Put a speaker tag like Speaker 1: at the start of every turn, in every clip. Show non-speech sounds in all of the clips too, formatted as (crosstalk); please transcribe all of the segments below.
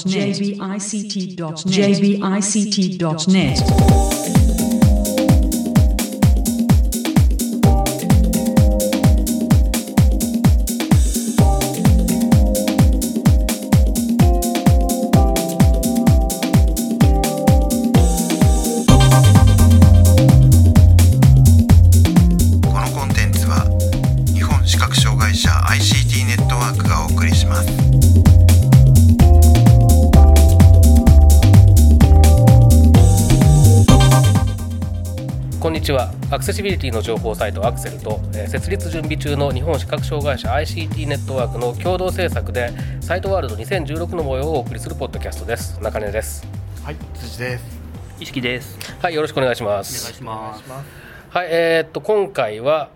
Speaker 1: jbict.net jbict.net jbict.net
Speaker 2: このコンテンツは日本視覚障害者 ICT ネットワークがお送りします
Speaker 3: こんにちはアクセシビリティの情報サイトアクセルと、えー設立準備中の日本視覚障害者 ICT ネットワークの共同制作でサイトワールド2016の模様をお送りするポッドキャストです中根です
Speaker 4: はい、辻です。
Speaker 5: 意識です。
Speaker 3: はいよろしくお願いしま
Speaker 5: お願い
Speaker 3: す
Speaker 5: します。
Speaker 3: はいえーっと今回は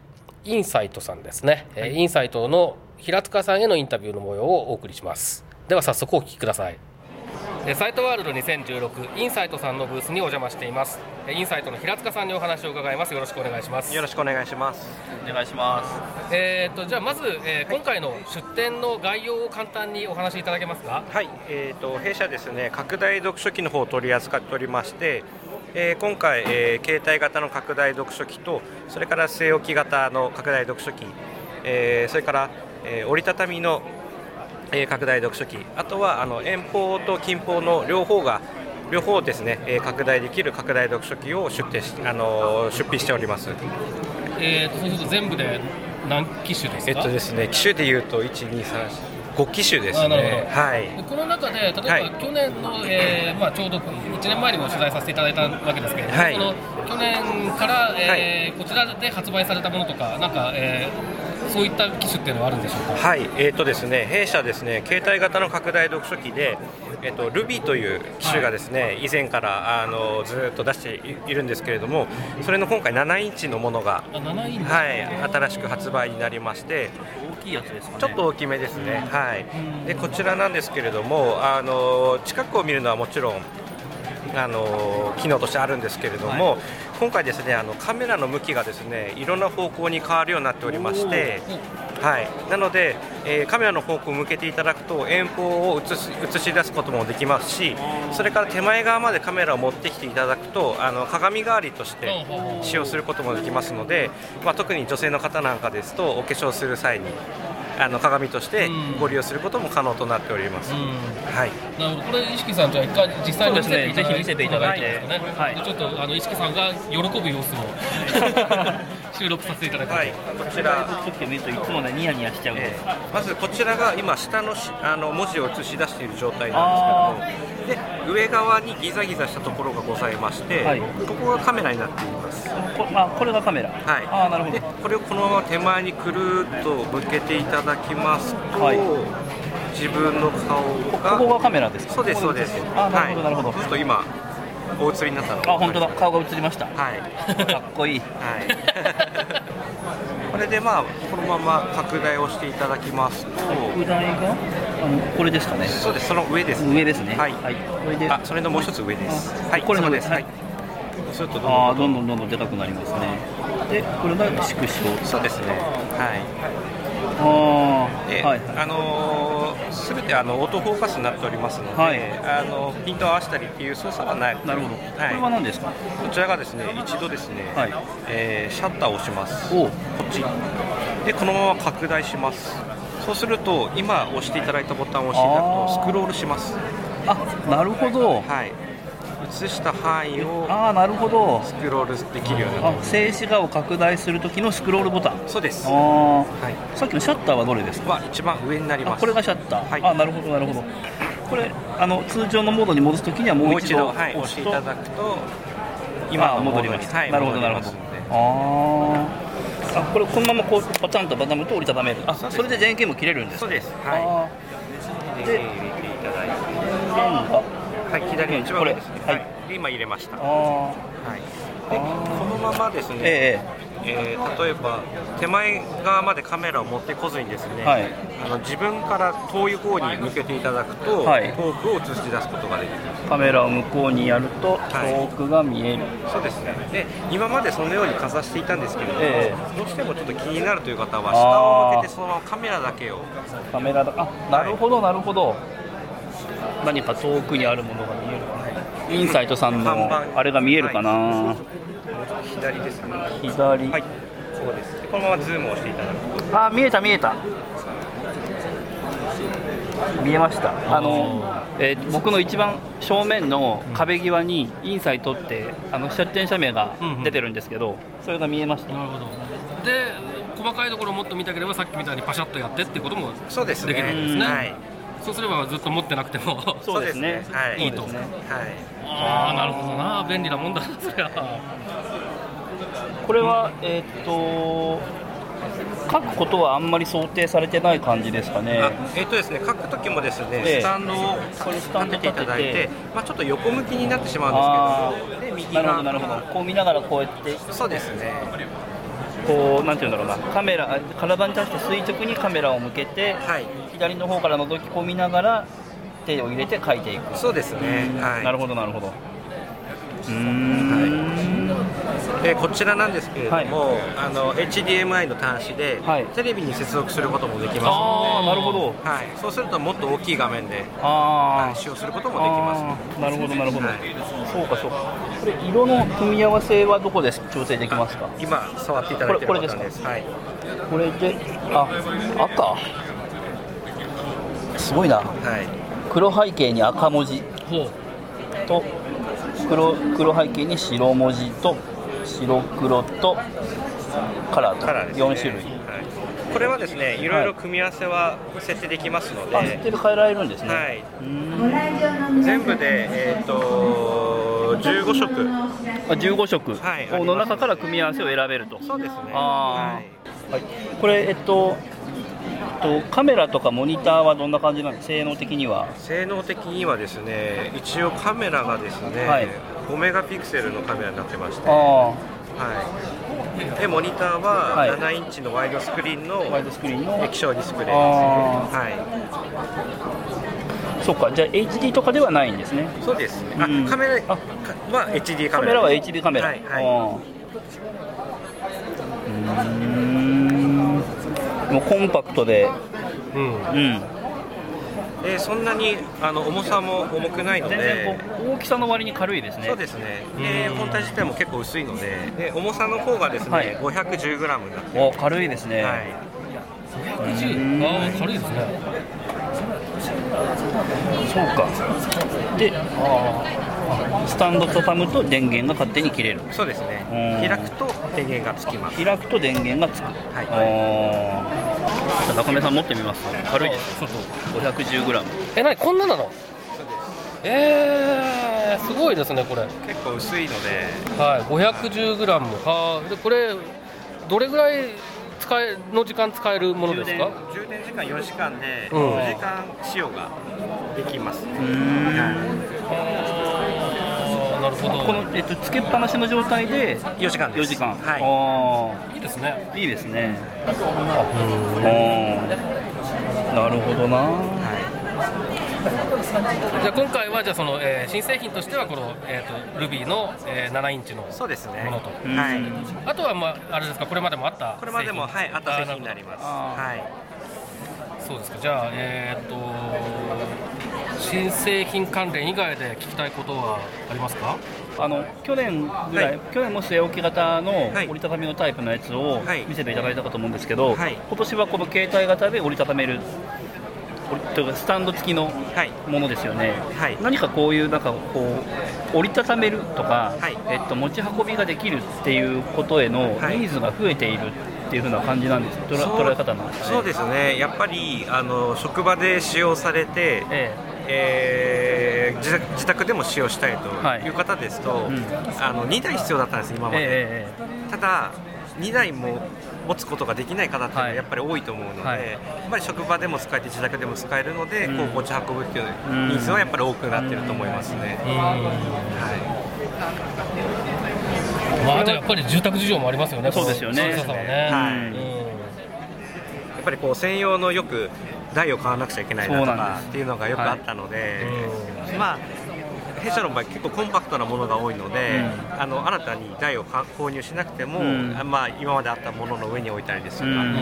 Speaker 3: インサイトさんですね、えーインサイトの平塚さんへのインタビューの模様をお送りしますでは早速お聞きくださいえーサイトワールド2016インサイトさんのブースにお邪魔していますえーインサイトの平塚さんにお話を伺いますよろしくお願いします
Speaker 6: よろしくお願いします。
Speaker 5: お願いしま
Speaker 3: えー、とじゃあまず、えー今回の出展の概要を簡単にお話しいただけますか
Speaker 6: はい、えっ、と弊社ですね、拡大読書機の方を取り扱っておりまして、えー今回、えー携帯型の拡大読書機とそれから据え置き型の拡大読書機、えーそれから、えー折りたたみの、えー拡大読書機、あとはあの遠方と近方の両方が両方ですね、えー拡大できる拡大読書機を出展しあのー出品しております。
Speaker 3: えー、とそうすると全部で何機種ですか、
Speaker 6: えっとですね、機種でいうと1、2、3、5機種です
Speaker 3: あなるほ
Speaker 6: ね。
Speaker 3: ど
Speaker 6: はい。
Speaker 3: でこの中で例えば、
Speaker 6: はい
Speaker 3: 去年の、えーまあ、ちょうど1年前にも取材させていただいたわけですけれども、
Speaker 6: はい
Speaker 3: その去年から、えーこちらで発売されたものとかなんか、えーそういった機種っていうのはあるんでしょうか、
Speaker 6: はい、えーとですね、弊社ですね、携帯型の拡大読書機で、えっと Ruby という機種がですね、以前からあのずーっと出していいるんですけれども、それの今回7インチのものが、
Speaker 3: あ7インチ、
Speaker 6: はい、新しく発売になりまして、
Speaker 5: す。大きいやつですかね。
Speaker 6: ちょっと大きめですね。はい。でこちらなんですけれども、あの近くを見るのはもちろん。あの機能としてあるんですけれども、今回ですねあのカメラの向きがですねいろんな方向に変わるようになっておりまして、はい、なので、えーカメラの方向を向けていただくと遠方を映し映し出すこともできますしそれから手前側までカメラを持ってきていただくとあの鏡代わりとして使用することもできますので、まあ、特に女性の方なんかですとお化粧する際にあの鏡としてご利用することも可能となっております。
Speaker 3: うん
Speaker 6: はい
Speaker 3: なるほどこれ、意識さん、じゃあ、一回実際に見せていただいて、
Speaker 5: そうですねぜひ見せていただいて
Speaker 3: ですね
Speaker 5: はい
Speaker 3: でちょっとあの意識さんが喜ぶ様子を収録させていただきます。
Speaker 6: はい、こちら
Speaker 5: ちょっと見るといつもねニヤニヤしちゃうんで
Speaker 6: え
Speaker 5: す。
Speaker 6: ーまずこちらが今下のしあの文字を映し出している状態なんですけどもで上側にギザギザしたところがございまして、
Speaker 5: はい
Speaker 6: ここがカメラになっています、は
Speaker 5: こあこれがカメラ。
Speaker 6: い、
Speaker 5: あーなるほ
Speaker 6: で
Speaker 5: ど。
Speaker 6: これをこのまま手前にくるっと向けていただきますと、
Speaker 5: はい
Speaker 6: 自分の顔が
Speaker 5: ここがカメラですか。
Speaker 6: そうですそうです
Speaker 5: あーなるほどなるほど
Speaker 6: はい、ちょっと今お映りになったの
Speaker 5: あ本当だ顔が映りました。 (laughs)
Speaker 6: はい
Speaker 5: かっ
Speaker 6: (laughs)
Speaker 5: こいい。
Speaker 6: はいこれでまあこのまま拡大をしていただきますと、
Speaker 5: 拡大があのこれですかね。
Speaker 6: そうです、その上です、
Speaker 5: 上ですね。
Speaker 6: はい、
Speaker 5: これで。
Speaker 6: あ、それのもう一つ上です。
Speaker 5: あ
Speaker 6: はい、
Speaker 5: これの
Speaker 6: そうです。
Speaker 5: は
Speaker 6: はいい。そうするとどんどん
Speaker 5: あーどんどんどんどんでかくなりますね。でこれが縮小。
Speaker 6: そうですね。は
Speaker 5: あ
Speaker 6: い。で、
Speaker 5: ーはいはい。
Speaker 6: あのーすべてあのオートフォーカスになっておりますので、
Speaker 5: はい
Speaker 6: あのピントを合わせたりっていう操作はない。
Speaker 5: なるほど。こ
Speaker 6: は。
Speaker 5: れはい何ですか。
Speaker 6: こちらがですね、一度ですね、
Speaker 5: はい
Speaker 6: えーシャッターを押します。
Speaker 5: おう
Speaker 6: こっち。で、このまま拡大します。そうすると今押していただいたボタンを押していただく
Speaker 5: あ
Speaker 6: と
Speaker 5: ー
Speaker 6: スクロールします。
Speaker 5: あなるほど。
Speaker 6: はい。映した範囲を
Speaker 5: ああなるほど。
Speaker 6: スクロールできるようにな
Speaker 5: あ
Speaker 6: ってます。
Speaker 5: 静止画を拡大するときのスクロールボタン
Speaker 6: そうです。
Speaker 5: あ
Speaker 6: はい。
Speaker 5: あさっきのシャッターはどれですか
Speaker 6: は一番上になり
Speaker 5: あ
Speaker 6: ます。
Speaker 5: これがシャッター、
Speaker 6: はい
Speaker 5: あなるほどなるほどこれあの通常のモードに戻すときにはも
Speaker 6: も
Speaker 5: う
Speaker 6: う
Speaker 5: 一
Speaker 6: 一
Speaker 5: 度
Speaker 6: 度、はい、押していただくと、
Speaker 5: 今
Speaker 6: の
Speaker 5: 戻ります、
Speaker 6: はい、
Speaker 5: なるほどなるほど
Speaker 6: 戻りますので
Speaker 5: あーあこれこのままこうパタンとパタンと折りたためるあ
Speaker 6: そう
Speaker 5: そ
Speaker 6: です
Speaker 5: れで全形も切れるんです
Speaker 6: そう
Speaker 5: か
Speaker 6: です。は
Speaker 5: あ
Speaker 6: い。
Speaker 5: ー
Speaker 6: で、
Speaker 5: で
Speaker 6: 入れていただい
Speaker 5: あ
Speaker 6: て、はい、左の一番上ですね。
Speaker 5: これ
Speaker 6: はい。で今入れました。はい。
Speaker 5: あー
Speaker 6: で、このままですね、
Speaker 5: ええ
Speaker 6: えー例えば手前側までカメラを持ってこずにですね、
Speaker 5: はい
Speaker 6: あの自分から遠い方に向けていただくと、
Speaker 5: はい
Speaker 6: フォークを映し出すことができる
Speaker 5: カメラを向こうにやると
Speaker 6: はい
Speaker 5: 遠くが見える、
Speaker 6: そうですねで今までそのようにかざしていたんですけれども、
Speaker 5: え
Speaker 6: どうしてもちょっと気になるという方は
Speaker 5: あー
Speaker 6: 下を向けてそのままカメラだけを
Speaker 5: カメラだあなるほどなるほど、何か遠くにあるものが見えるかなインサイトさん
Speaker 6: 看
Speaker 5: の
Speaker 6: 板
Speaker 5: あれが見えるかな、
Speaker 6: はい左ですね
Speaker 5: 左、
Speaker 6: はいそうですでこのままズームをしていただくと
Speaker 5: あ見えた見えた見えましたあの、えー僕の一番正面の壁際にインサイトってあの出店者名が出てるんですけど、それが見えました
Speaker 3: なるほどで細かいところをもっと見たければさっきみたいにパシャッとやってってことも
Speaker 6: そうですね
Speaker 3: できるんですね
Speaker 6: はい
Speaker 3: そうすればずっと持ってなくても
Speaker 5: そうですね
Speaker 6: そうですねはい
Speaker 5: いいと
Speaker 3: いいと
Speaker 6: はい
Speaker 3: ああなるほどな便利なもんだなそりゃ
Speaker 5: これはえーっと書くことはあんまり想定されてない感じですかね
Speaker 6: あえっとですね、書く時もですね、
Speaker 5: ええ
Speaker 6: スタンドを
Speaker 5: これスタンド
Speaker 6: 立てていただい
Speaker 5: 立てて
Speaker 6: て、まあ、ちょっと横向きになってしま
Speaker 5: あ
Speaker 6: うんですけども、で
Speaker 5: ー
Speaker 6: 右
Speaker 5: なるほ
Speaker 6: 側
Speaker 5: どなるほどこう見ながらこうやって
Speaker 6: そうですね、
Speaker 5: こうなんていうんだろうなカメラ体に対して垂直にカメラを向けて、
Speaker 6: はい、
Speaker 5: 左の方から覗き込みながら手を入れて書いていく、
Speaker 6: そうですね、はい、
Speaker 5: なるほどなるほどうーん、
Speaker 6: えーこちらなんですけれども、あの HDMI の端子で、
Speaker 5: はい
Speaker 6: テレビに接続することもできま
Speaker 5: ああなるほど
Speaker 6: すので、はい、そうするともっと大きい画面で、
Speaker 5: あ
Speaker 6: は
Speaker 5: ー
Speaker 6: い、使用することもできます
Speaker 5: あ
Speaker 6: ので
Speaker 5: ーなるほどなるほど、
Speaker 6: はい
Speaker 5: そうかそうかこれ色の組み合わせはどこで調整できますか
Speaker 6: 今触っていただいてる
Speaker 5: これ
Speaker 6: 方
Speaker 5: これ
Speaker 6: で
Speaker 5: です
Speaker 6: す
Speaker 5: か
Speaker 6: はい、
Speaker 5: これであ赤すごいな
Speaker 6: はい、
Speaker 5: 黒背景に赤文字
Speaker 3: ほ
Speaker 5: と黒黒背景に白文字と白黒とカラーと
Speaker 6: カラーです、ね、
Speaker 5: 4種類
Speaker 6: はい、これはですね、いろいろ組み合わせは設定できますので、
Speaker 5: あ設定で変えられるんですね、
Speaker 6: はいう
Speaker 5: ーん
Speaker 6: 全部で、えー、と15色
Speaker 5: あ15色
Speaker 6: はい
Speaker 5: この中から組み合わせを選べると、
Speaker 6: そうですね
Speaker 5: あ
Speaker 6: は、
Speaker 5: ーはい、これえっと、えっと、カメラとかモニターはどんな感じなんですか性能的にはい
Speaker 6: 性能的にはですね一応カメラがですね、
Speaker 5: はい
Speaker 6: 5メガピクセルのカメラになってまして、は
Speaker 5: あ
Speaker 6: い、でモニターは
Speaker 5: はい
Speaker 6: 7インチのワイドスクリーンの
Speaker 5: あワイドスクリーンの
Speaker 6: 液晶ディスプレイですね
Speaker 5: あ
Speaker 6: は
Speaker 5: そっかじゃあ HD とかではないんですね
Speaker 6: い、そうですね
Speaker 5: うん
Speaker 6: あカメラ
Speaker 5: あ
Speaker 6: かは HD カ
Speaker 5: カ
Speaker 6: メ
Speaker 5: メ
Speaker 6: ラ
Speaker 5: ラは
Speaker 6: です
Speaker 5: HD カメラ、
Speaker 6: はいはい
Speaker 5: あーうーんもうコンパクトで
Speaker 3: う、うん、
Speaker 5: うん
Speaker 6: でそんなにあの重さも重くないの
Speaker 5: 全
Speaker 6: で
Speaker 5: 然こう大きさの割に軽いですね
Speaker 6: そうですねで
Speaker 3: うん
Speaker 6: 本体自体も結構薄いのでで重さの方がですね、
Speaker 5: はい
Speaker 6: 510g になってま
Speaker 5: お
Speaker 6: す
Speaker 5: 軽いですね、
Speaker 6: はい
Speaker 3: 510ああ軽いですね
Speaker 5: そうかでスタンド畳むと電源が勝手に切れる
Speaker 6: そうですね
Speaker 5: うん
Speaker 6: 開くと電源がつきます
Speaker 5: 開くと電源がつく
Speaker 6: はい
Speaker 5: あーじゃあ中目さん持ってみます軽いです
Speaker 3: そうそう
Speaker 5: 510g
Speaker 3: えなにこんななのえー、すごいですねこれはい
Speaker 6: 結構薄いので
Speaker 3: 510g はーでこれどれぐらい使えの時間使えるものですか
Speaker 6: 充電時間4時間で
Speaker 3: うん
Speaker 6: 4時間使用ができます、
Speaker 3: あーなるほ
Speaker 5: この、えっと、つけっぱなしの状態で
Speaker 6: 4時間で
Speaker 5: 4
Speaker 6: す
Speaker 5: 時間、
Speaker 6: はい
Speaker 5: あ
Speaker 3: いいですね
Speaker 5: あいいですねあーなるほどな、
Speaker 3: じゃあ今回はじゃあその、えー新製品としてはこの、えー、と Ruby の、えー7インチの
Speaker 6: そうですね
Speaker 3: ものと
Speaker 5: うん
Speaker 6: はい
Speaker 3: あとは、まあ、あれですかこれまでもあった
Speaker 6: これまでも
Speaker 3: 製
Speaker 6: はい
Speaker 3: 品
Speaker 6: あった製品になります
Speaker 5: あー
Speaker 6: はい
Speaker 3: あーなるほどそうですかじゃあえっ、と新製品関連以外で聞きたいことはありますか
Speaker 5: あの去年ぐらい、
Speaker 6: はい
Speaker 5: 去年も据え置き型の
Speaker 6: はい
Speaker 5: 折りたたみのタイプのやつを
Speaker 6: はい
Speaker 5: 見せていただいたかと思うんですけど、
Speaker 6: はい
Speaker 5: 今年はこの携帯型で折りたためる折りというかスタンド付きの
Speaker 6: はい
Speaker 5: ものですよね、
Speaker 6: はい
Speaker 5: 何かこういうなんかこう折りたためるとか、
Speaker 6: はい
Speaker 5: えっと、持ち運びができるっていうことへのニ
Speaker 6: はい
Speaker 5: ーズが増えているっていうふうな感じなんです、捉
Speaker 6: そう
Speaker 5: 捉え方なんですかね
Speaker 6: そうですねやっぱりあの職場で使用されて、
Speaker 5: え
Speaker 6: えー自宅自宅でも使用したいという方ですと、
Speaker 5: いうん
Speaker 6: あの2台必要だったんです今まで、
Speaker 5: えええええ
Speaker 6: ただ2台も持つことができない方っていうのはやっぱり多いと思うので、
Speaker 5: はい
Speaker 6: やっぱり職場でも使えて自宅でも使えるので、
Speaker 5: うん
Speaker 6: こう持ち運ぶっていうニーズはやっぱり多くなってると思いますね、
Speaker 3: うん
Speaker 6: は
Speaker 3: まあ、あとやっぱり住宅事情もありますよね、
Speaker 5: そうですよね
Speaker 3: この小ささはね
Speaker 6: はい
Speaker 3: うん
Speaker 6: やっぱりこう専用のよく台を買わなくちゃいけないなと
Speaker 5: そうなん
Speaker 6: か
Speaker 5: です
Speaker 6: っていうのがよくあったので、まあ弊社の場合結構コンパクトなものが多いので、あの新たに台をか購入しなくても、
Speaker 5: うん
Speaker 6: まあ、今まであったものの上に置いたりですとか、
Speaker 5: うん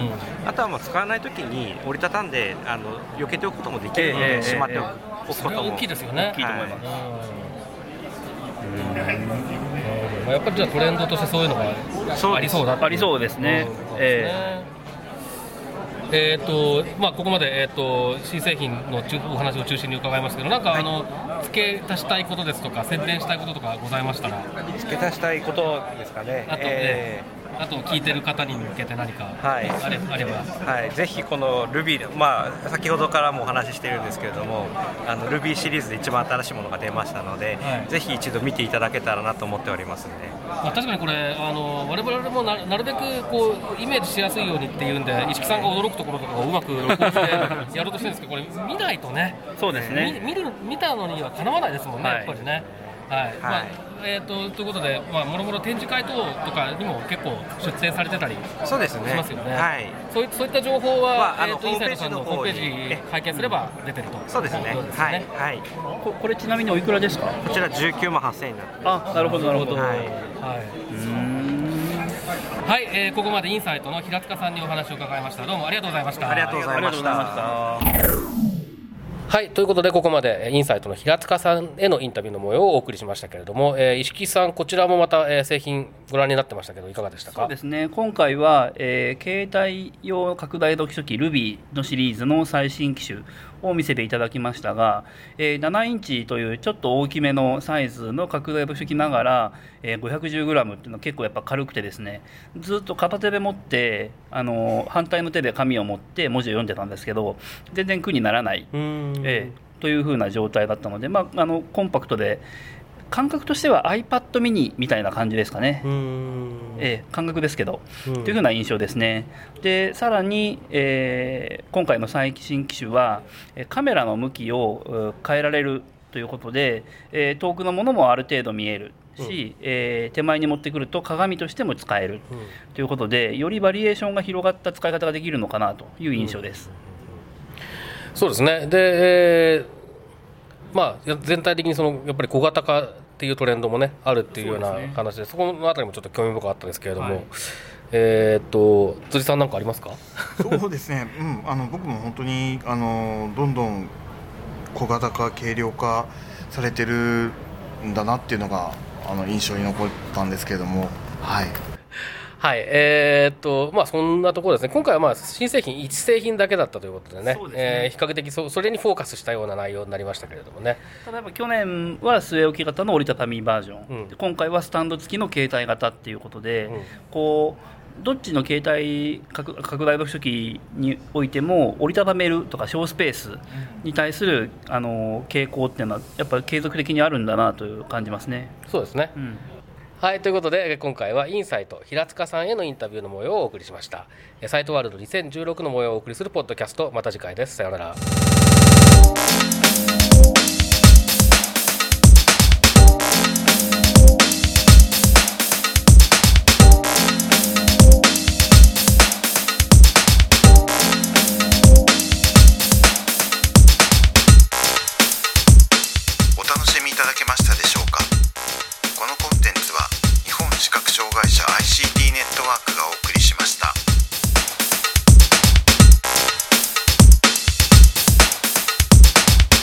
Speaker 6: あとはもう使わない時に折りたたんであの避けておくこともできるの
Speaker 5: えええ
Speaker 6: で、
Speaker 5: え
Speaker 6: しまっておく
Speaker 3: うん、そ
Speaker 6: こ
Speaker 3: れ
Speaker 6: と
Speaker 3: は
Speaker 6: も
Speaker 3: 大きいですよね
Speaker 5: 大きいと思います、
Speaker 3: まあ、やっぱりじゃあトレンドとしてそういうのが
Speaker 6: そう
Speaker 3: ありそうだってい
Speaker 5: ありそうですね
Speaker 3: うんそうです
Speaker 5: え
Speaker 3: ねえーとまあ、ここまで、えー、と新製品の中お話を中心に伺いましたけど、なんか、あの付け足したいことですとか、宣伝したいこととかございましたら、
Speaker 6: 付け足したいことですかね。
Speaker 3: あと、
Speaker 6: え
Speaker 3: えあと聞いてる方に向けて何かあ
Speaker 6: はい
Speaker 3: れ,、あれば。
Speaker 6: ーはい、ぜひこの Ruby で、まあ、先ほどからもお話ししてるんですけれどもあの Ruby シリーズで一番新しいものが出ましたので、
Speaker 3: はい
Speaker 6: ぜひ一度見ていただけたらなと思っておりますので
Speaker 3: まあ、確かにこれ、あの我々もななるべくこうイメージしやすいようにっていうんで、石木さんが驚くところとかをうまく録音
Speaker 6: (laughs)
Speaker 3: してやろうとしてるんですけど、これ、見ないとね、
Speaker 5: そうですね
Speaker 3: み見る見たのにはかなわないですもんね、
Speaker 5: はい
Speaker 3: やっぱりね。はいまあえー、とということで、まあ、もろもろ展示会等とかにも結構出展されてたり、
Speaker 6: そうですね
Speaker 3: しますよね
Speaker 6: はい、
Speaker 3: そういそういった情報は、
Speaker 6: まああ
Speaker 3: え
Speaker 6: の
Speaker 3: ー、とインサイトさんのホームページ
Speaker 6: ホームページの方に
Speaker 3: 拝見すれば出てると
Speaker 6: そうですね
Speaker 3: いことですよ
Speaker 6: は
Speaker 3: ね
Speaker 6: い、はい、
Speaker 5: ここれちなみにおいくらですか
Speaker 6: こちら19万8000円になって
Speaker 5: あなるほどなるほど、
Speaker 6: はい
Speaker 3: はい
Speaker 5: うん
Speaker 3: はい、えーここまでインサイトの平塚さんにお話を伺いました。どうもありがとうございました。
Speaker 6: ありがとうございま
Speaker 5: ありがとうござ
Speaker 6: し
Speaker 5: いま
Speaker 6: た
Speaker 5: した
Speaker 3: はい、ということでここまでえーインサイトの平塚さんへのインタビューの模様をお送りしましたけれども、えー、石木さんこちらもまた、えー製品ご覧になってましたけどいかがでしたか。
Speaker 5: そうですね今回は、えー携帯用拡大読書機 Ruby のシリーズの最新機種を見せていただきましたが、えー7インチというちょっと大きめのサイズの拡大読書機ながら、えー 510g っていうのは結構やっぱ軽くてですねずっと片手で持ってあのー反対の手で紙を持って文字を読んでたんですけど全然苦にならない、
Speaker 3: うーん。
Speaker 5: えーというふうな状態だったので、まあ、あのコンパクトで感覚としては iPad mini みたいな感じですかね。
Speaker 3: うーん。
Speaker 5: ええ感覚ですけど、
Speaker 3: うん
Speaker 5: というふうな印象ですね。でさらに、えー今回の最新機種はえーカメラの向きをうー変えられるということで、えー遠くのものもある程度見えるし、えー手前に持ってくると鏡としても使える
Speaker 3: うん
Speaker 5: ということでよりバリエーションが広がった使い方ができるのかなという印象です。
Speaker 3: そうですね。で、えーまあや全体的にそのやっぱり小型化っていうトレンドもねあるっていうような
Speaker 5: そうですね
Speaker 3: 話で、そこのあたりもちょっと興味深かったですけれども、
Speaker 5: はい
Speaker 3: えーっと辻さんなんかありますか。
Speaker 4: そうですね、うん、あの僕も本当にあのどんどん小型化、軽量化されてるんだなっていうのがあの印象に残ったんですけれども、はい、
Speaker 3: はい、えーっと、まあ、そんなところですね、今回はまあ新製品、1製品だけだったということでね、
Speaker 5: そうですね
Speaker 3: えー比較的そそれにフォーカスしたような内容になりましたけれどもね、
Speaker 5: 例えば去年は据え置き型の折りたたみバージョン、
Speaker 3: うん
Speaker 5: で今回はスタンド付きの携帯型っていうことで、
Speaker 3: うん
Speaker 5: こうどっちの携帯拡拡大読書機においても折りたためるとか小スペースに対するあの傾向っていうのはやっぱり継続的にあるんだなという感じますね。
Speaker 3: そうですね。
Speaker 5: うん
Speaker 3: はい、ということで、えー今回はインサイト、平塚さんへのインタビューの模様をお送りしました。えーサイトワールド2016の模様をお送りするポッドキャスト、また次回です。さようなら。
Speaker 2: お楽しみいただけましたでしょうかこのコンテンツは日本視覚障害者 ICT ネットワークがお送り